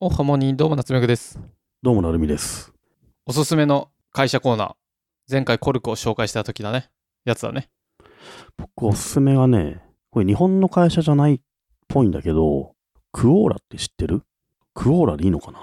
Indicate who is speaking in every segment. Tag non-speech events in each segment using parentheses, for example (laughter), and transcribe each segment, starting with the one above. Speaker 1: おはもにどうも夏目くです。
Speaker 2: どうもなるみです。
Speaker 1: おすすめの会社コーナー。前回コルクを紹介した時だね。やつだね。
Speaker 2: 僕おすすめがね、これ日本の会社じゃないっぽいんだけど、クオーラって知ってるクオーラでいいのかな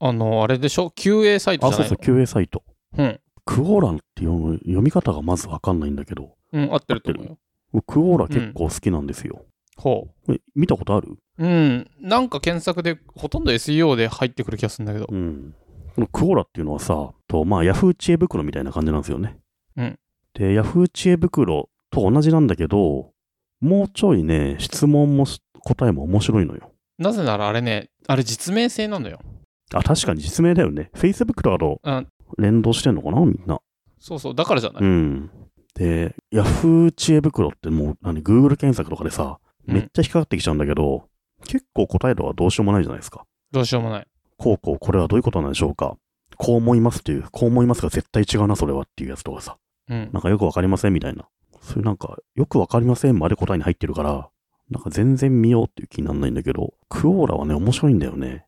Speaker 1: あの、あれでしょ ?QA サイト
Speaker 2: あ、
Speaker 1: じゃ
Speaker 2: そ
Speaker 1: な
Speaker 2: う
Speaker 1: い
Speaker 2: そ
Speaker 1: の
Speaker 2: う、QA サイト。
Speaker 1: うん。
Speaker 2: クオーラって読む、読み方がまずわかんないんだけど、
Speaker 1: うん、合ってると思うよ。
Speaker 2: 僕クオーラ結構好きなんですよ。
Speaker 1: ほ
Speaker 2: これ見たことある
Speaker 1: う。うん。なんか検索で、ほとんど SEO で入ってくる気がするんだけど。
Speaker 2: うん。このクオーラっていうのはさ、と、まあ、ヤフー知恵袋みたいな感じなんですよね。
Speaker 1: うん。
Speaker 2: で、ヤフー知恵袋と同じなんだけど、もうちょいね、質問もし答えも面白いのよ。
Speaker 1: なぜならあれね、あれ実名制なのよ。
Speaker 2: あ、確かに実名だよね。Facebook とかと
Speaker 1: うん。
Speaker 2: 連動してんのかなみんな。
Speaker 1: そうそう。だからじゃない。
Speaker 2: うん。で、Yahoo 知恵袋ってもう、何、Google 検索とかでさ、
Speaker 1: うん
Speaker 2: めっちゃ引っかかってきちゃうんだけど、結構答えとかどうしようもないじゃないですか。
Speaker 1: どうしようもない。
Speaker 2: こうこう、これはどういうことなんでしょうか。こう思いますっていう、こう思いますが絶対違うな、それはっていうやつとかさ、
Speaker 1: うん
Speaker 2: な。んかよくわかりませんみたいな。そういうなんか、よくわかりませんまで答えに入ってるから、なんか全然見ようっていう気にならないんだけど、クオーラはね、面白いんだよね。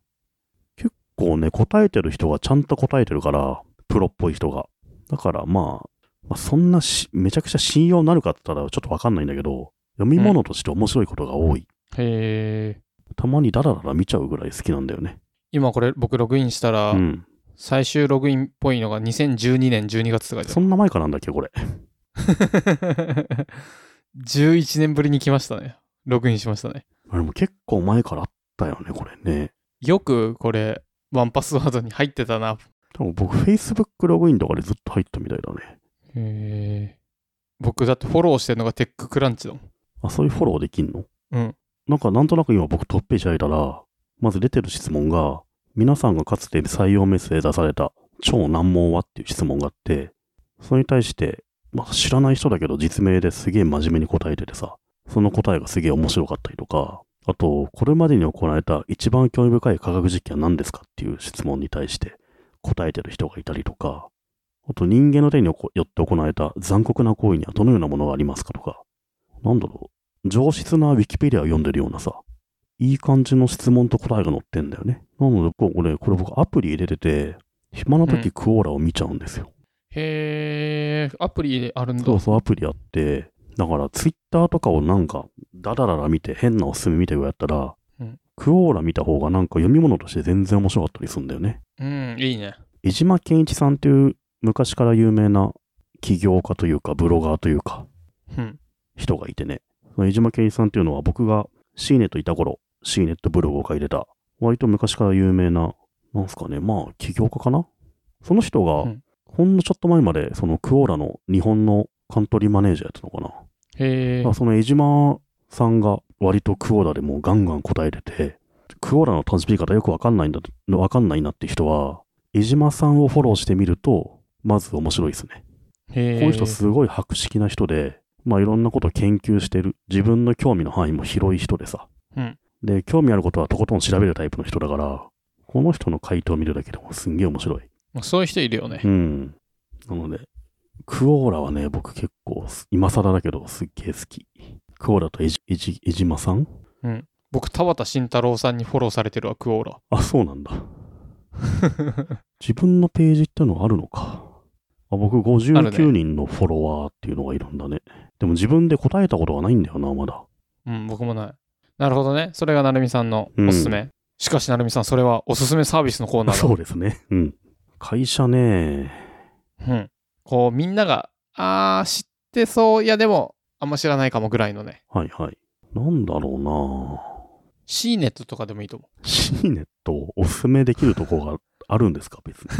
Speaker 2: 結構ね、答えてる人がちゃんと答えてるから、プロっぽい人が。だからまあ、まあ、そんなし、めちゃくちゃ信用なるかって言ったらちょっとわかんないんだけど、読み物として面白いことが多い。
Speaker 1: へえ。
Speaker 2: たまにダラダラ見ちゃうぐらい好きなんだよね。
Speaker 1: 今これ僕ログインしたら、
Speaker 2: うん。
Speaker 1: 最終ログインっぽいのが2012年12月って書いてある
Speaker 2: そんな前からなんだっけ、これ。
Speaker 1: (laughs) 11年ぶりに来ましたね。ログインしましたね。
Speaker 2: あれも結構前からあったよね、これね。
Speaker 1: よくこれ、ワンパスワードに入ってたな。
Speaker 2: でも僕、Facebook ログインとかでずっと入ったみたいだね。
Speaker 1: へー僕だってフォローしてるのがテッククランチだもん。
Speaker 2: あ、そういうフォローできんの
Speaker 1: うん。
Speaker 2: なんか、なんとなく今僕トップページ開いたら、まず出てる質問が、皆さんがかつて採用メッセで出された超難問はっていう質問があって、それに対して、まあ、知らない人だけど実名ですげえ真面目に答えててさ、その答えがすげえ面白かったりとか、あと、これまでに行われた一番興味深い科学実験は何ですかっていう質問に対して答えてる人がいたりとか、あと人間の手によって行われた残酷な行為にはどのようなものがありますかとか、なんだろう、上質なウィキペディアを読んでるようなさ、いい感じの質問と答えが載ってんだよね。なので、こう俺、これ僕アプリ入れてて、暇な
Speaker 1: うん
Speaker 2: 時クオーラを見ちゃうんですよ。
Speaker 1: へーアプリであるんだ。
Speaker 2: そうそう、アプリあって、だからツイッターとかをなんか、ダダララ見て変なおすすめ見てやったら、
Speaker 1: うん
Speaker 2: クオーラ見た方がなんか読み物として全然面白かったりするんだよね。
Speaker 1: うん、いいね。
Speaker 2: 江島健一さんっていう昔から有名な起業家というか、ブロガーというか、
Speaker 1: うん。
Speaker 2: 人がいてね、その江島健一さんっていうのは僕がシーネットいた頃、シーネットブログを書いてた、割と昔から有名な、なんすかね、まあ、起業家かなその人
Speaker 1: う
Speaker 2: が
Speaker 1: ん、
Speaker 2: ほんのちょっと前まで、そのクオーラの日本のカントリーマネージャーやってたのかな。
Speaker 1: へ
Speaker 2: だ
Speaker 1: ー
Speaker 2: からその江島さんが割とクオーラでもうガンガン答えてて、クオーラの楽しみ方よくわかんないんだ、わかんないなって人は、江島さんをフォローしてみると、まず面白いですね。
Speaker 1: へー
Speaker 2: この人すごい博識な人で、まあいろんなことを研究してる。自分の興味の範囲も広い人でさ。
Speaker 1: うん
Speaker 2: で、興味あることはとことん調べるタイプの人だから、この人の回答を見るだけでもすんげえ面白い。
Speaker 1: そういう人いるよね
Speaker 2: う。ん。なので、クオーラはね、僕結構す、今更だけどすっげえ好き。クオーラとエジ、エジ、エジマさん
Speaker 1: 僕、田畑慎太郎さんにフォローされてるわ、クオーラ。
Speaker 2: あ、そ
Speaker 1: (laughs)
Speaker 2: うなんだ。自分のページってのがあるのか。あ僕
Speaker 1: あるね
Speaker 2: 59人のフォロワーっていうのがいるんだね。でも自分で答えたことがないんだよな、まだ。
Speaker 1: うん、僕もない。なるほどね。それがなるみさんのおすすめ。しかし、なるみさん、それはおすすめサービスのコーナーだ。
Speaker 2: (laughs) そうですね。うん。会社ね、
Speaker 1: うん。こう、みんなが、あー、知ってそう。いや、でも、あんま知らないかもぐらいのね。
Speaker 2: はいはい。なんだろ
Speaker 1: C ネットとかでもいいと思う。
Speaker 2: うなシーネットをおすすめできるとこがあるんですか、別に。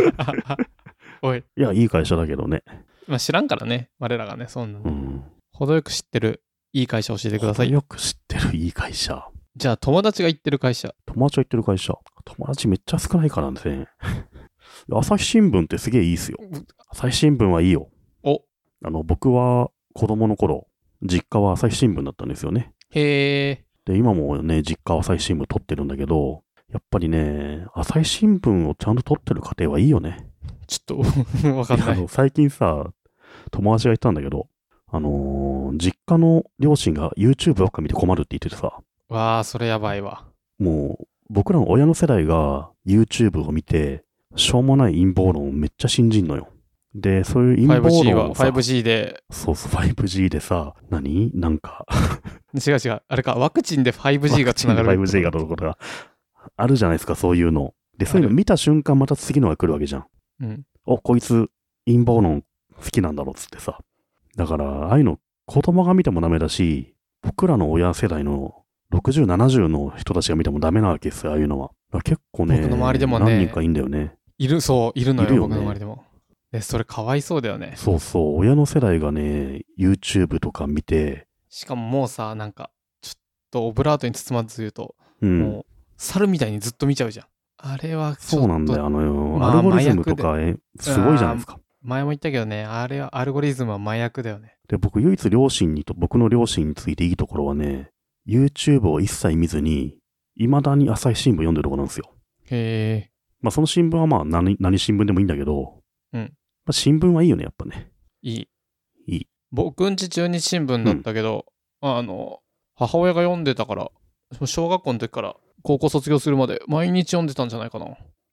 Speaker 1: (laughs) おい。
Speaker 2: いや、いい会社だけどね。
Speaker 1: まあ、知らんからね。我らがね、そんなの
Speaker 2: うん。
Speaker 1: 程よく知ってる、いい会社教えてくださいよ。
Speaker 2: よく知ってるいい会社。
Speaker 1: じゃあ、友達が行ってる会社。
Speaker 2: 友達が行ってる会社。友達めっちゃ少ないか
Speaker 1: (laughs)
Speaker 2: らね。朝日新聞ってすげえいいっすよ。朝日新聞はいいよ。
Speaker 1: お、
Speaker 2: あの、僕は子供の頃、実家は朝日新聞だったんですよね。
Speaker 1: へえ。
Speaker 2: で、今もね、実家は朝日新聞撮ってるんだけど、やっぱりね、朝日新聞をちゃんと撮ってる家庭はいいよね。
Speaker 1: ちょっと、わ (laughs) かんな
Speaker 2: あ
Speaker 1: い。
Speaker 2: の最近さ、友達が言ったんだけど、あのー実家の両親が YouTube ばっか見て困るって言っててさ、
Speaker 1: わあ、それやばいわ。
Speaker 2: もう、僕らの親の世代が YouTube を見て、しょうもない陰謀論をめっちゃ信じんのよ。で、そういう陰謀
Speaker 1: 5G
Speaker 2: 論
Speaker 1: は
Speaker 2: をさ、
Speaker 1: 5G で、
Speaker 2: そうそう、5G でさ、何なんか、
Speaker 1: 違う違う、あれか、ワクチンで 5G がつながる。
Speaker 2: 5G がどうとか、あるじゃないですか、そういうの。で、そういうの見た瞬間、また次のが来るわけじゃん。
Speaker 1: うん。
Speaker 2: お、こいつ、陰謀論好きなんだろうっつってさ。だから、ああいうの、子供が見てもダメだし、僕らの親世代の60、70の人たちが見てもダメなわけですよ、ああいうのは。だから結構ね、
Speaker 1: 僕の周りでもね
Speaker 2: 何人かいいんだよね。
Speaker 1: いる、そう、いるのよ、
Speaker 2: いるよ
Speaker 1: 僕
Speaker 2: ね
Speaker 1: の周りでも。で、それかわいそうだよね。
Speaker 2: そうそう、親の世代がね、YouTube とか見て、
Speaker 1: しかももうさ、なんか、ちょっとオブラートに包まず言うと、
Speaker 2: うん。
Speaker 1: もう、猿みたいにずっと見ちゃうじゃん。あれはちょっと、
Speaker 2: そうなんだよ、あの、
Speaker 1: まあ
Speaker 2: アルゴリズムとか、えすごいじゃないですか。
Speaker 1: 前も言ったけどね、あれはアルゴリズムは麻薬だよね。
Speaker 2: で、僕、唯一両親にと、僕の両親についていいところはね、YouTube を一切見ずに、未だに朝日新聞読んでるところなんですよ。
Speaker 1: へえ。
Speaker 2: まあ、その新聞はまあ何、何新聞でもいいんだけど、
Speaker 1: うん
Speaker 2: まあ、新聞はいいよね、やっぱね。
Speaker 1: いい。
Speaker 2: いい
Speaker 1: 僕んち中日新聞だったけど、あの、母親が読んでたから、小学校の時から高校卒業するまで毎日読んでたんじゃないかな。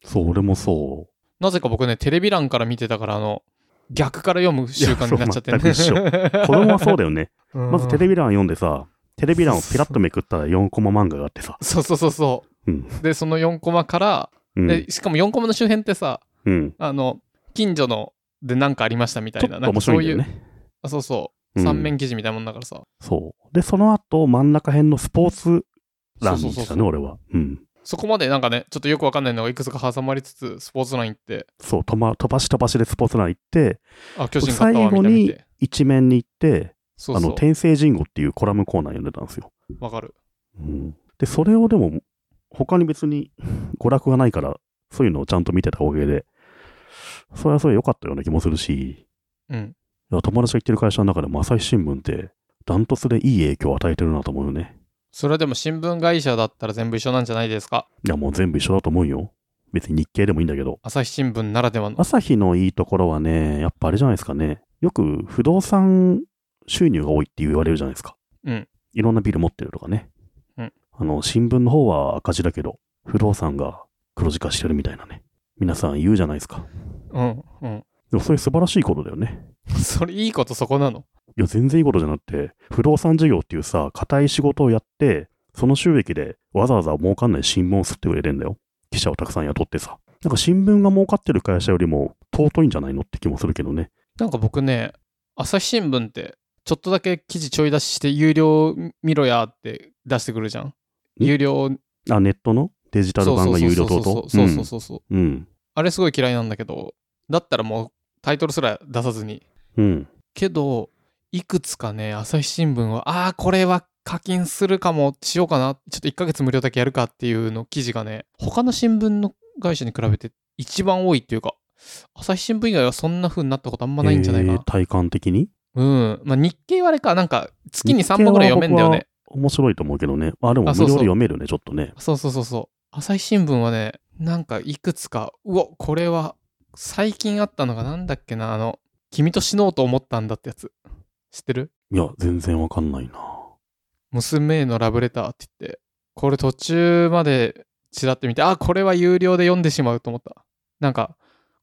Speaker 2: そう、俺もそ
Speaker 1: なぜか僕ね、テレビ欄から見てたから、あの、逆から読む習慣になっちゃってね
Speaker 2: いやそう
Speaker 1: (laughs)
Speaker 2: う。子供はそうだよね。まずテレ
Speaker 1: ビ。
Speaker 2: ビ欄読んでさ、テレビ欄をピラッとめくったら4コマ漫画があってさ。
Speaker 1: そうそうそうそうう。
Speaker 2: ん。
Speaker 1: で、その4コマから、
Speaker 2: うん。
Speaker 1: でしかも4コマの周辺ってさ、
Speaker 2: うん。
Speaker 1: あの、近所ので何かありましたみた
Speaker 2: ち
Speaker 1: い
Speaker 2: ょ
Speaker 1: な、
Speaker 2: っ
Speaker 1: な
Speaker 2: と
Speaker 1: ん
Speaker 2: 面
Speaker 1: かそ
Speaker 2: 白
Speaker 1: う
Speaker 2: い
Speaker 1: い
Speaker 2: ん
Speaker 1: う、
Speaker 2: だよね。
Speaker 1: あそうそう、
Speaker 2: うん
Speaker 1: 三面記事みたいなもんだからさ、
Speaker 2: そう。で、その後、真ん中辺のスポーツ欄
Speaker 1: そう
Speaker 2: に
Speaker 1: そう
Speaker 2: し
Speaker 1: そ
Speaker 2: た
Speaker 1: う
Speaker 2: ね、
Speaker 1: そう
Speaker 2: 俺は。うん。
Speaker 1: そこまでなんかね、ちょっとよくわかんないのがいくつか挟まりつつ、スポーツラインって、
Speaker 2: そう、飛ば飛ばし飛ばしでスポーツ欄行って、
Speaker 1: あ、巨人勝ったわみたいな見て。
Speaker 2: 一面に行って、
Speaker 1: そう
Speaker 2: あ
Speaker 1: そ
Speaker 2: の、天聖人語っていうコラムコーナー読んでたんですよ。
Speaker 1: う、わかる。
Speaker 2: うんで、それをでも、他に別に娯楽がないから、そういうのをちゃんと見てたおかげで、それはそれ良かったような気もするし、
Speaker 1: うん。
Speaker 2: いや友達が行ってる会社の中でも朝日新聞って、ダントツでいい影響を与えてるなと思うよね。
Speaker 1: それはでも新聞会社だったら全部一緒なんじゃないですか。
Speaker 2: いや、もう全部一緒だと思うよ。別に日経でもいいんだけど。
Speaker 1: 朝日新聞ならではの。
Speaker 2: 朝日のいいところはね、やっぱあれじゃないですかね。よく不動産収入が多いって言われるじゃないですか。
Speaker 1: うん。
Speaker 2: いろんなビル持ってるとかね。
Speaker 1: うん。
Speaker 2: あの、新聞の方は赤字だけど、不動産が黒字化してるみたいなね。皆さん言うじゃないですか。
Speaker 1: うん。うん。 (laughs)
Speaker 2: でもそれ素晴らしいことだよね。
Speaker 1: それいいことそこなの。
Speaker 2: いや、全然いいことじゃなくて、不動産事業っていうさ、固い仕事をやって、その収益でわざわざ儲かんない新聞を吸ってくれてんだよ。記者をたくさん雇ってさ。なんか新聞が儲かってる会社よりも尊いんじゃないのって気もするけどね。
Speaker 1: なんか僕ね、朝日新聞って、ちょっとだけ記事ちょい出しして、有料見ろやって出してくるじゃん。有料、
Speaker 2: あ、ネットのデジタル版が有料等々
Speaker 1: そうそうそうそうそうそうそう。
Speaker 2: うん。
Speaker 1: あれすごい嫌いなんだけど、だったらもうタイトルすら出さずに。
Speaker 2: うん。
Speaker 1: けど、いくつかね、朝日新聞は、ああー、これは課金するかも、しようかな、ちょっと1ヶ月無料だけやるかっていうの記事がね、他の新聞の会社に比べて一番多いっていうか、朝日新聞以外はそんな風になったことあんまないんじゃないか
Speaker 2: え
Speaker 1: な
Speaker 2: ー。体感的に
Speaker 1: うん。まあ、日経はあれか、なんか、月に
Speaker 2: 日経は
Speaker 1: 3本ぐらい読めんだよね。
Speaker 2: 面白いと思うけどね。あ、でも無
Speaker 1: あそ
Speaker 2: 料
Speaker 1: う
Speaker 2: で
Speaker 1: そう
Speaker 2: 読めるね、ちょっとね。
Speaker 1: そうそうそうそう。朝日新聞はね、なんかいくつか、うお、これは、最近あったのがなんだっけな、あの、君と死のうと思ったんだってやつ。知ってる
Speaker 2: いや、全然わかんないな。
Speaker 1: 娘へのラブレターって言って、これ途中までちらって見て、あ、これは有料で読んでしまうと思った。なんか、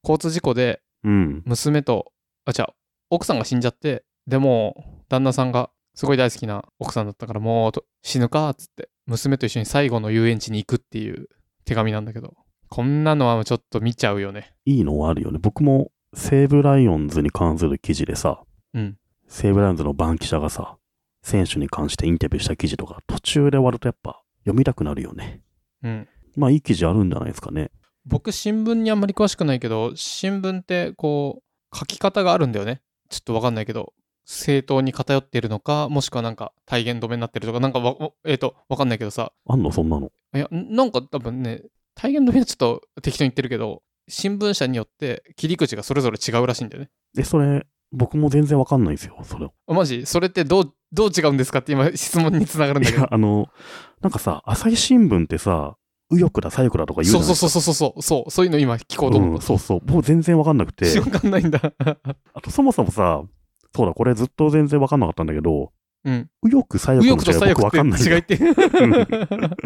Speaker 1: 交通事故で
Speaker 2: うん。
Speaker 1: 娘と、あ、違う、奥さんが死んじゃって、でも、旦那さんがすごい大好きな奥さんだったから、もうと死ぬか、っつって、娘と一緒に最後の遊園地に行くっていう手紙なんだけど、こんなのはちょっと見ちゃうよね。
Speaker 2: いいのはあるよね。僕も西武ライオンズに関する記事でさ、
Speaker 1: うん。
Speaker 2: 西武ライオンズの番記者がさ、選手に関してインタビューした記事とか、途中で終わるとやっぱ読みたくなるよね。
Speaker 1: うん。
Speaker 2: まあいい記事あるんじゃないですかね。
Speaker 1: 僕、新聞にあんまり詳しくないけど、新聞って、こう、書き方があるんだよね。ちょっとわかんないけど、正当に偏っているのか、もしくはなんか体言止めになってるとか、なんかわ、えっ、と、わかんないけどさ、
Speaker 2: あんのそんなの。
Speaker 1: いや、んなんか多分ね、体言止めはちょっと適当に言ってるけど、新聞社によって切り口がそれぞれ違うらしいんだよね。
Speaker 2: え、それ、僕も全然わかんないですよ。それ。
Speaker 1: あマジそれってどう、どう違うんですかって今質問につながるんだ
Speaker 2: い
Speaker 1: けど
Speaker 2: や。、あの、なんかさ、朝日新聞ってさ、右翼だ左翼だとか言うじゃ
Speaker 1: そ
Speaker 2: な
Speaker 1: う
Speaker 2: い
Speaker 1: そう
Speaker 2: ですか。
Speaker 1: そうそうそう、そう、そういうの今聞こうと思
Speaker 2: う
Speaker 1: っ
Speaker 2: ん、そうそう。もう全然わかんなくて
Speaker 1: た。。 (laughs) 瞬間ないんだ。
Speaker 2: あとそもそもさ、そうだ、これずっと全然わかんなかったんだけど、
Speaker 1: うん。
Speaker 2: 右翼左
Speaker 1: 右
Speaker 2: 翼
Speaker 1: 翼と
Speaker 2: の違い
Speaker 1: 左
Speaker 2: 僕わかんないん
Speaker 1: 翼
Speaker 2: だ
Speaker 1: って違い
Speaker 2: よ
Speaker 1: って。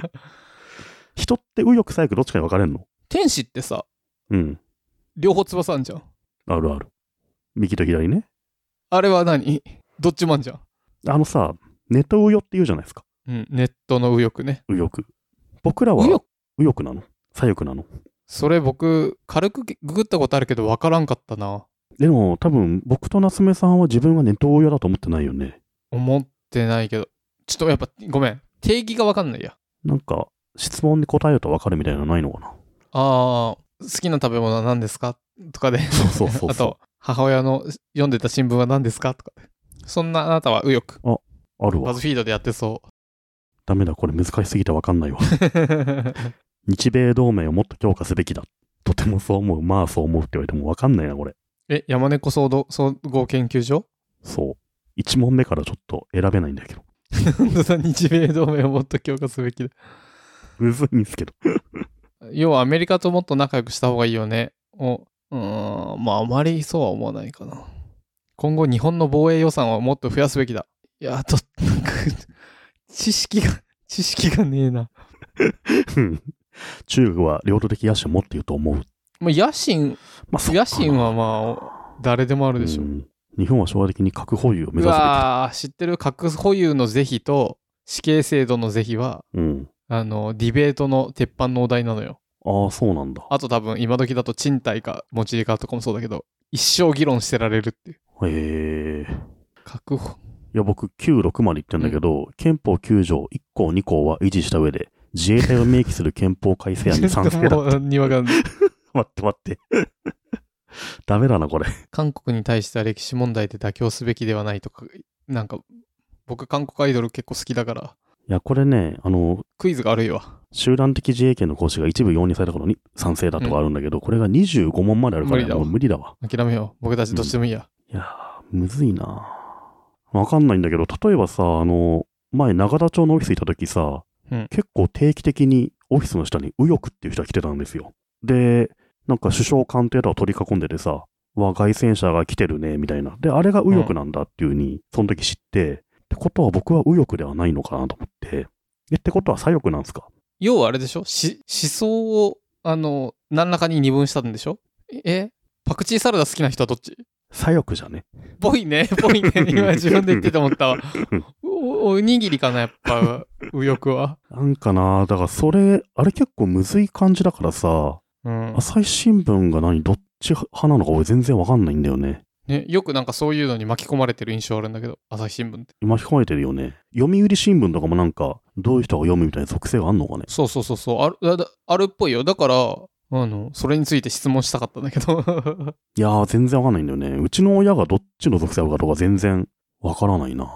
Speaker 2: 人って右翼左翼どっちかに分かれんの
Speaker 1: 天使ってさ、
Speaker 2: うん。
Speaker 1: 両方翼あんじゃん。
Speaker 2: あるある。右と左ね。
Speaker 1: あれは何どっちもあんじゃん。
Speaker 2: あのさ、ネトウヨって言うじゃないですか。
Speaker 1: うん、ネットの右翼ね。
Speaker 2: 右翼。僕らは
Speaker 1: 右
Speaker 2: 右
Speaker 1: 翼
Speaker 2: 翼なの左翼なの
Speaker 1: それ僕、軽くググったことあるけど分からんかったな。
Speaker 2: でも多分僕と夏目さんは自分がネトウヨだと思ってないよね。
Speaker 1: 思ってないけど。ちょっとやっぱ、ごめん。定義が分かんないや。
Speaker 2: なんか質問に答えると分かるみたいなのないのかな
Speaker 1: ああ、好きな食べ物は何ですかとかで。
Speaker 2: そうそうそうそう
Speaker 1: あと、母親の読んでた新聞は何ですかとかで。そんなあなたは右翼。
Speaker 2: ある
Speaker 1: バ
Speaker 2: わ。
Speaker 1: ズフィードでやってそ
Speaker 2: (laughs) ダメだ、これ難しすぎて分かんな
Speaker 1: (laughs)
Speaker 2: いわ。
Speaker 1: う。
Speaker 2: 日米同盟をもっと強化すべきだ。とてもそう思う。まあそう思うって言われても分かんないな、これ。
Speaker 1: え、山猫総合総合研究所 (laughs)
Speaker 2: そう。一問目からちょっと選べないんだけど。 (laughs)
Speaker 1: 本当だ日米同盟をもっと強化すべきだ。
Speaker 2: むずいんですけど。 (laughs)
Speaker 1: 要はアメリカともっと仲良くした方がいいよね。をうーん、まああまりそうは思わないかな。今後日本の防衛予算をもっと増やすべきだ。いや、ちょっと、なんか、 (laughs) 知識が、知識がねえな。
Speaker 2: うん中国は領土的野心を持っていると思う。
Speaker 1: まあ野心、
Speaker 2: まあそうかな
Speaker 1: 野心はまあ、誰でもあるでしょ
Speaker 2: う
Speaker 1: う。
Speaker 2: ん日本は昭和的に核保有を
Speaker 1: う
Speaker 2: 目指すべきだ。
Speaker 1: わー知ってる核保有の是非と死刑制度の是非は、
Speaker 2: うん、
Speaker 1: あの、ディベートの鉄板のお題なのよ。
Speaker 2: ああ、そうなんだ。
Speaker 1: あと多分今時だと賃貸か持ち家かとかもそうだけど、一生議論してられるっていう。
Speaker 2: へえ。
Speaker 1: 確保。
Speaker 2: いや、僕、96まで言ってんだけど、憲法9条1項2項は維持した上で、自衛隊を明記する憲法改正案に賛成だ。
Speaker 1: もうにわかんない
Speaker 2: (laughs) 待って待って。ダメだな、これ。
Speaker 1: 韓国に対しては歴史問題で妥協すべきではないとか、なんか、僕韓国アイドル結構好きだから、
Speaker 2: いや、これね、あの、
Speaker 1: クイズがあるいわ。
Speaker 2: 集団的自衛権の行使が一部容認されたことに賛成だとかあるんだけど、これが25問まであるか
Speaker 1: 無
Speaker 2: ら
Speaker 1: 理だ
Speaker 2: も
Speaker 1: わ
Speaker 2: う無理だわ。
Speaker 1: 諦めよう。僕たちどっちでもいいや。
Speaker 2: いやー、むずいなわかんないんだけど、例えばさ、あの、前、永田町のオフィスいた時さ、
Speaker 1: うん
Speaker 2: 結構定期的にオフィスの下に右翼っていう人が来てたんですよ。で、なんか首相官邸とか取り囲んでてさ、わ、外戦車が来てるね、みたいな。で、あれが右翼なんだっていうふうに、その時知って、ってことは僕は右翼ではないのかなと思って、え、ってことは左翼なんですか
Speaker 1: 要はあれでしょし思想を、あの、何らかに二分したんでしょえパクチーサラダ好きな人はどっち
Speaker 2: 左翼じゃね。
Speaker 1: ぽいね、ぽいね。今自分で言ってて思ったわ。おおにぎりかな、やっぱ、右翼は。
Speaker 2: なんかなだからそれ、あれ結構むずい感じだからさ、
Speaker 1: うん。
Speaker 2: 朝日新聞が何どっち派なのか俺全然わかんないんだよね。
Speaker 1: ね、よくなんかそういうのに巻き込まれてる印象あるんだけど、朝日新聞って。
Speaker 2: 巻き込まれてるよね。読売新聞とかもなんかどういう人が読むみたいな属性があんのかね。
Speaker 1: そうそうそうそう、あるあだあるっぽいよ。だから、あの、それについて質問したかったんだけど。
Speaker 2: いやー全然わかんないんだよね。うちの親がどっちの属性あるかとか全然わからないな。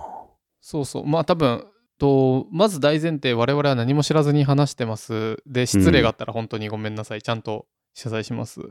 Speaker 1: そうそう、まあ多分、とまず大前提、我々は何も知らずに話してます。で、失礼があったら本当にごめんなさい。ちゃんと謝罪します。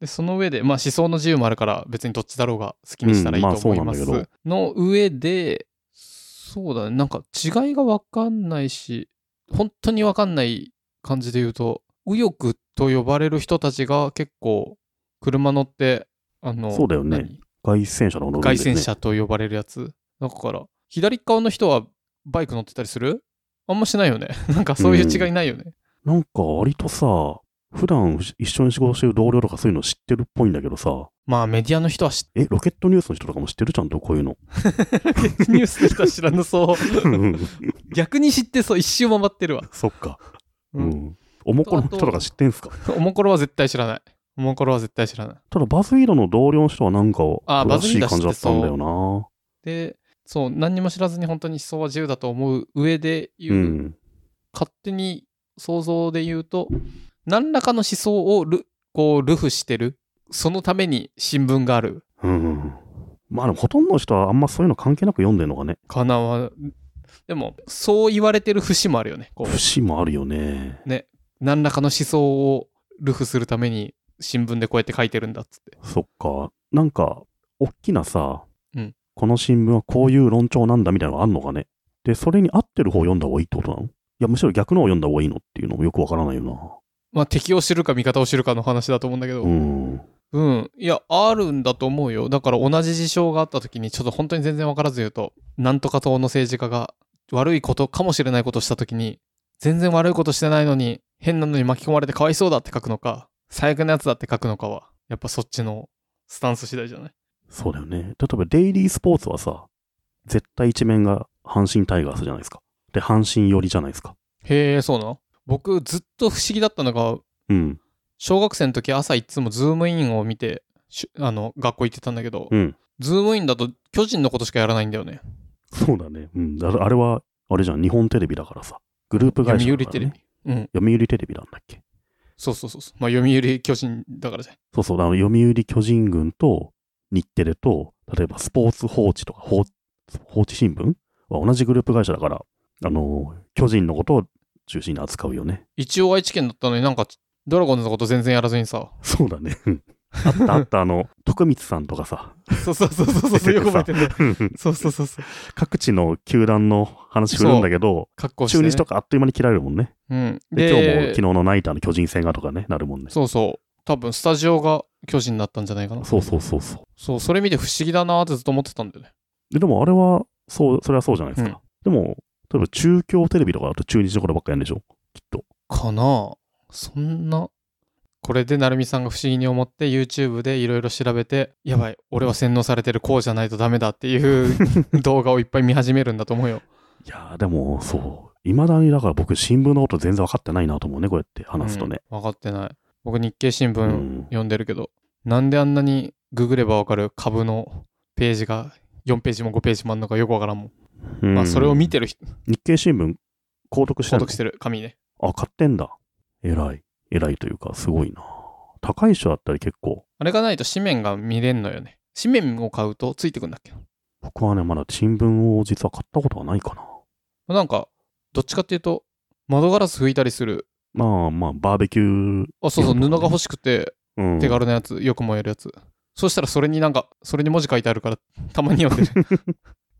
Speaker 1: で、その上で、まあ思想の自由もあるから、別にどっちだろうが好きにしたらいいと
Speaker 2: うんまあ
Speaker 1: 思います。
Speaker 2: そうなんだ
Speaker 1: の上で、そうだね、なんか違いが分かんないし、本当に分かんない感じで言うと、右翼と呼ばれる人たちが結構、車乗って、あの、
Speaker 2: そうだよね
Speaker 1: 何
Speaker 2: 外戦車の乗るんだよ
Speaker 1: 外
Speaker 2: ね
Speaker 1: 旋車と呼ばれるやつ。だから、左側の人はバイク乗ってたりするあんましないよね。 (laughs) なんかそういう違いないよね。
Speaker 2: なんか割とさ、普段一緒に仕事してる同僚とかそういうの知ってるっぽいんだけどさ、
Speaker 1: まあメディアの人は知っ
Speaker 2: え、ロケットニュースの人とかも知ってるちゃんとこういう
Speaker 1: (laughs)
Speaker 2: の。 (laughs)
Speaker 1: て、 (laughs) ニュースの人は知らなそう。逆に知ってそう、一周回ってるわ。
Speaker 2: そっか。
Speaker 1: う
Speaker 2: うんん。おもころの人とか知ってんすか
Speaker 1: おもころは絶対知らない。おもころは絶対知らない。
Speaker 2: ただバズフィードの同僚の人はなんか
Speaker 1: あーバ
Speaker 2: 正
Speaker 1: ズフィ
Speaker 2: し
Speaker 1: ー
Speaker 2: い
Speaker 1: ド
Speaker 2: 感じだったんだよな。
Speaker 1: で、そう、何にも知らずに本当に思想は自由だと思う上で言
Speaker 2: う
Speaker 1: う、
Speaker 2: ん。
Speaker 1: 勝手に想像で言うと、何らかの思想をルこう、ルフしてる。そのために新聞がある。
Speaker 2: うん。まあでもほとんどの人はあんまそういうの関係なく読んでるのがね、
Speaker 1: かなはでもそう言われてる節もあるよねこう
Speaker 2: 節もあるよね。
Speaker 1: 何らかの思想をルフするために新聞でこうやって書いてるんだっつって
Speaker 2: そっか。なんか、おっきなさ、
Speaker 1: うん
Speaker 2: この新聞はこういう論調なんだみたいなのがあるのかね。で、それに合ってる方を読んだ方がいいってことなのいや、むしろ逆のを読んだ方がいいのっていうのもよくわからないよ
Speaker 1: まあ敵を知るか味方を知るかの話だと思うんだけど
Speaker 2: な。うん。
Speaker 1: うん、いやあるんだと思うよだから同じ事象があった時にちょっと本当に全然分からず言うとなんとか党の政治家が悪いことかもしれないことをした時に全然悪いことしてないのに、変なのに巻き込まれてかわいそうだって書くのか、最悪なやつだって書くのかは、やっぱそっちのスタンス次第じゃない
Speaker 2: そうだよね。例えば、デイリースポーツはさ、絶対一面が阪神タイガースじゃないですか。で、阪神寄りじゃないですか。
Speaker 1: へえ、そうなの僕ずっと不思議だったのが、
Speaker 2: うん。
Speaker 1: 小学生の時朝いつもズームインを見て、しあの、学校行ってたんだけど、
Speaker 2: うん。
Speaker 1: ズームインだと巨人のことしかやらないんだよね。
Speaker 2: そうだね。うん。だあれは、あれじゃん、日本テレビだからさ。グループ会社
Speaker 1: 読
Speaker 2: だ
Speaker 1: 売
Speaker 2: か
Speaker 1: テ
Speaker 2: ら、
Speaker 1: レビ
Speaker 2: ね。。
Speaker 1: うん。
Speaker 2: 読売テレビなんだっけ。
Speaker 1: そうそうそうそう。まあ、読売巨人だからじゃん。
Speaker 2: そうそう、あの、読売巨人軍と日テレと、例えばスポーツ報知とか放放置新聞は同じグループ会社だから、あの、巨人のことを中心に扱うよね。
Speaker 1: 一応愛知県だったのになんか、ドラゴンズのこと全然やらずにさ。
Speaker 2: そうだね。うんあったあった、あの、徳光さんと
Speaker 1: (laughs)
Speaker 2: かさ、
Speaker 1: そうそうそうそうそう。よく覚えてるね。そうそうそうそう。
Speaker 2: 各地の球団の話振るんだけど、
Speaker 1: 格好して、
Speaker 2: 中
Speaker 1: ね。
Speaker 2: 日とかあっという間に切られるもんね。
Speaker 1: うん。
Speaker 2: で、
Speaker 1: で、
Speaker 2: 今日も昨日のナイターの巨人戦がとかね、なるもんね。
Speaker 1: そうそう。多分、スタジオが巨人になったんじゃないかな。
Speaker 2: そうそうそうそう。
Speaker 1: そう、それ見て不思議だなーってずっと思ってたんだよね。
Speaker 2: で、でもあれは、そう、それはそうじゃないですか。でも、例えば中京テレビとかだと中日のことばっかやるんでしょきっと。
Speaker 1: かなそんな。これで成美さんが不思議に思って YouTube でいろいろ調べて、やばい、俺は洗脳されてる、こうじゃないとダメだって
Speaker 2: (laughs)
Speaker 1: いう動画をいっぱい見始めるんだと思うよ。
Speaker 2: いやーでも、そう。いまだに、だから僕、新聞のこと全然分かってないなと思うね、こうやって話すとね。
Speaker 1: うん分かってない。僕日経新
Speaker 2: うん。
Speaker 1: 聞読んでるけど、なんであんなにググればわかる株のページが4ページも5ページもあんのかよくわからんもん。
Speaker 2: うん
Speaker 1: まあそれを見てる人、
Speaker 2: 日経新聞、購読して
Speaker 1: 購
Speaker 2: る
Speaker 1: 読してる紙ね。
Speaker 2: あ、買ってんだ。偉い。偉いというか、すごいな。高い人だったり結構。
Speaker 1: あれがないと紙面が見れんのよね。紙面を買うとついてくんだっけ
Speaker 2: 僕はね、まだ新聞を実は買ったことはないかな。
Speaker 1: なんか、どっちかっていうと、窓ガラス拭いたりする、
Speaker 2: まあまあ、バーベキュー、
Speaker 1: あ、そうそう、
Speaker 2: い
Speaker 1: 布
Speaker 2: や
Speaker 1: が欲しくて、
Speaker 2: うん、
Speaker 1: 手軽なやつ、よく燃えるやつ。そしたらそれになんか、それに文字書いてあるから、 (laughs) たまに読んでる。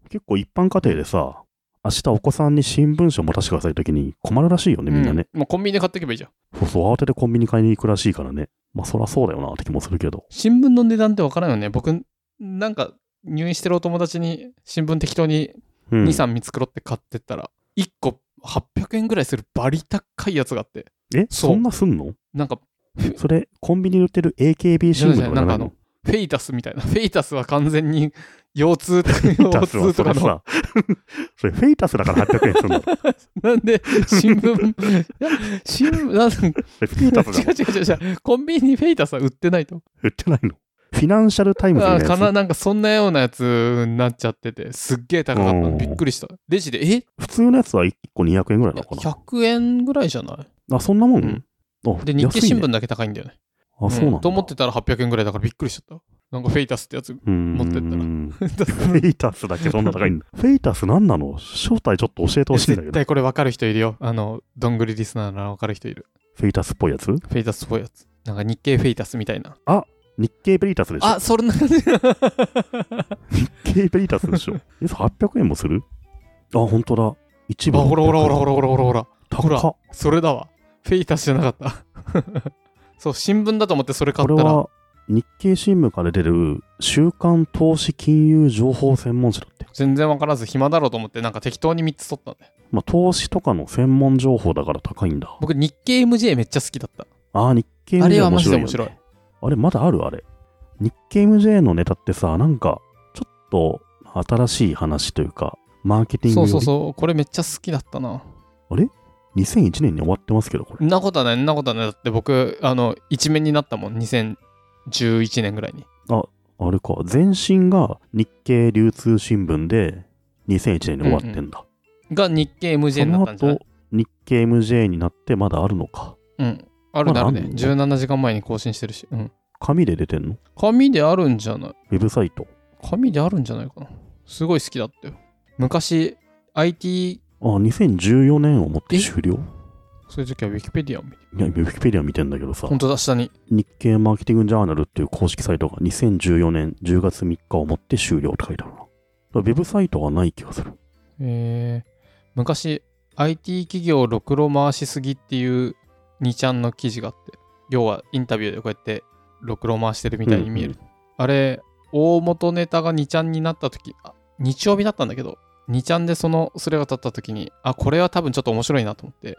Speaker 2: 結構一般家庭でさ、明日お子さんに新聞紙を持たせてくださいときに困るらしい (laughs) よね、みんなね。
Speaker 1: うんもうコンビニで買ってけばいいじゃん。
Speaker 2: そうそう、慌ててコンビニ買いに行くらしいからね。まあ、そらそうだよなって気もするけど。
Speaker 1: 新聞の値段ってわからんよね。僕、なんか、入院してるお友達に、新聞適当に
Speaker 2: うん
Speaker 1: 2、3見繕って買ってったら、1個800円ぐらいするバリ高いやつがあって、
Speaker 2: え
Speaker 1: そう
Speaker 2: そんなすんの
Speaker 1: なんか、
Speaker 2: それ、コンビニで売ってる AKB 新聞とかじ
Speaker 1: な
Speaker 2: ゃ
Speaker 1: ん
Speaker 2: な
Speaker 1: かあ
Speaker 2: いの
Speaker 1: の、フェイタスみたいな。フェイタスは完全に、 (laughs) 腰痛とか、
Speaker 2: タ
Speaker 1: 腰
Speaker 2: スは
Speaker 1: 痛
Speaker 2: そ
Speaker 1: と
Speaker 2: れ
Speaker 1: かの
Speaker 2: さ、 (laughs) それフェイタスだから800円するの。
Speaker 1: なんで、新聞、 (laughs) いや新聞、 (laughs) なんか
Speaker 2: それフェイタス
Speaker 1: 違
Speaker 2: だも
Speaker 1: (laughs)
Speaker 2: ん
Speaker 1: う違う違う違う、コンビニにフェイタスは売ってないと。
Speaker 2: 売ってないの。フィナンシャルタイムズみた
Speaker 1: あ
Speaker 2: いな
Speaker 1: かな
Speaker 2: や
Speaker 1: なんかそんなようなやつになっちゃってて、すっげえ高かった
Speaker 2: うん
Speaker 1: の。びっくりした。レジで、えい
Speaker 2: つ普通のやつは1個200円ぐらい
Speaker 1: や
Speaker 2: なのか
Speaker 1: ?100 円ぐらいじゃない
Speaker 2: な。あ、そんなもん、
Speaker 1: うん
Speaker 2: あ
Speaker 1: で、日経
Speaker 2: 安い
Speaker 1: 新
Speaker 2: ね
Speaker 1: 聞だけ高いんだよね。
Speaker 2: あ、そうなん
Speaker 1: う
Speaker 2: だ。
Speaker 1: んと思ってたら800円ぐらいだからびっくりしちゃった。なんかフェイタスってやつ。 (laughs)
Speaker 2: 持
Speaker 1: 持ってったら
Speaker 2: フェイタスだけそんな高いんだ。フェイタス何なの正体ちょっと教えてほしいんだけ
Speaker 1: 絶
Speaker 2: ど。
Speaker 1: 対これ分かる人いるよ。あの、どんぐりリスナーなら分かる人いる。
Speaker 2: フェイタスっぽいやつ
Speaker 1: フェイタスっぽいやつ。なんか日経フェイタスみたいな。
Speaker 2: 日経ベリータスでしょ
Speaker 1: あ、それな感じ。
Speaker 2: 日経ベリータスでしょえ、それ800円もするあ、本当だ。一
Speaker 1: あ、
Speaker 2: 部。
Speaker 1: ほらほらほらほらほらほらほら。
Speaker 2: 高っ
Speaker 1: ほらそれだわ。フェイタスじゃなかった。 (laughs) そう、新聞だと思ってそれ買っ
Speaker 2: こ
Speaker 1: た
Speaker 2: れ
Speaker 1: ら、
Speaker 2: は日経新聞から出る週刊投資金融情報専門誌だって。
Speaker 1: 全然わからず暇だろうと思って、なんか適当に3つ取ったんだよ。
Speaker 2: まあ、投資とかの専門情報だから高いんだ。
Speaker 1: 僕、日経 MJ めっちゃ好きだった。
Speaker 2: ああ、日経 MJ
Speaker 1: あれは
Speaker 2: 面
Speaker 1: マジ
Speaker 2: 白
Speaker 1: で
Speaker 2: い
Speaker 1: 面
Speaker 2: よね
Speaker 1: 白い。
Speaker 2: あれ、まだあるあれ。日経 MJ のネタってさ、なんか、ちょっと新しい話というか、マーケティング
Speaker 1: そ
Speaker 2: よ
Speaker 1: う
Speaker 2: り
Speaker 1: そうそう、これめっちゃ好きだったな。
Speaker 2: 2001年に終わってますけど、これ。
Speaker 1: んなことはない、んなことはない。だって僕、あの、一面になったもん、2011年ぐらいに。
Speaker 2: あれか、前身が日経流通新聞で2001年に終わってんだ。
Speaker 1: が日経 MJ
Speaker 2: そ
Speaker 1: にな
Speaker 2: の
Speaker 1: ったんじゃない
Speaker 2: 後、日経 MJ になってまだあるのか。
Speaker 1: うん。あるね、
Speaker 2: まだ
Speaker 1: あ
Speaker 2: あ
Speaker 1: る
Speaker 2: んの
Speaker 1: ね。17時間前に更新してるし。うん。
Speaker 2: 紙で出てんの
Speaker 1: 紙であるんじゃない
Speaker 2: ウェブサイト。
Speaker 1: 紙であるんじゃないかな。すごい好きだったよ。昔、IT、
Speaker 2: あ、2014年をもって終了
Speaker 1: そういう時は Wikipedia を見て。
Speaker 2: いや、ウィキペディア見てんだけどさ、
Speaker 1: 本当だ、下に。
Speaker 2: 日経マーケティングジャーナルっていう公式サイトが2014年10月3日をもって終了って書いてあるな。だからウェブサイトはない気がする。
Speaker 1: えー昔、IT 企業をろくろ回しすぎっていう2ちゃんの記事があって、要はインタビューでこうやってろくろ回してるみたいに見える。あれ、大元ネタが2ちゃんになった時あ日曜日だったんだけど、 2ちゃんでそのそれが立った時にあこれは多分ちょっと面白いなと思って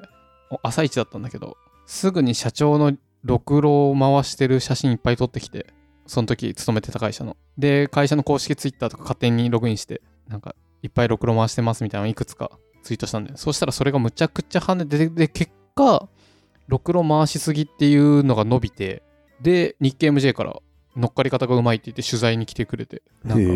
Speaker 1: お朝一だったんだけどすぐに社長のろくろを回してる写真いっぱい撮ってきてその時勤めてた会社ので会社の公式ツイッターとか勝手にログインしてなんかいっぱいろくろ回してますみたいなのをいくつかツイートしたんでそしたらそれがむちゃくちゃ跳ねてでで結果ろくろ回しすぎっていうのが伸びてで日経 MJ から乗っかり方がうまいって言って取材に来てくれてなんか
Speaker 2: へ
Speaker 1: な
Speaker 2: え。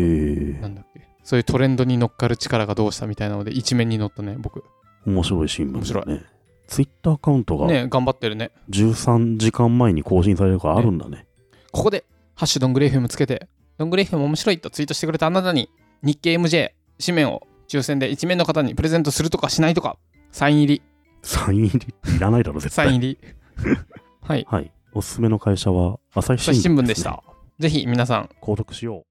Speaker 1: んだっけそういうトレンドに乗っかる力がどうしたみたいなので一面に載ったね僕
Speaker 2: 面白い新聞
Speaker 1: 面
Speaker 2: です
Speaker 1: 白い
Speaker 2: ね。ツイッターアカウントが
Speaker 1: ね頑張ってるね
Speaker 2: 13時間前に更新されるからあるんだね。
Speaker 1: ここで「ハッシュドングレイフムつけて「ドングレイフム面白い」とツイートしてくれたあなたに日経 MJ 紙面を抽選で1名の方にプレゼントするとかしないとかサイン入り
Speaker 2: サイン入りいらないだろ、絶
Speaker 1: サイン
Speaker 2: 対。
Speaker 1: 入りはい
Speaker 2: はい。おすすめの会社は朝日
Speaker 1: 朝日新
Speaker 2: 新
Speaker 1: 聞
Speaker 2: 聞
Speaker 1: で
Speaker 2: で
Speaker 1: し
Speaker 2: したた。
Speaker 1: ぜひ皆さん
Speaker 2: 購読しよう。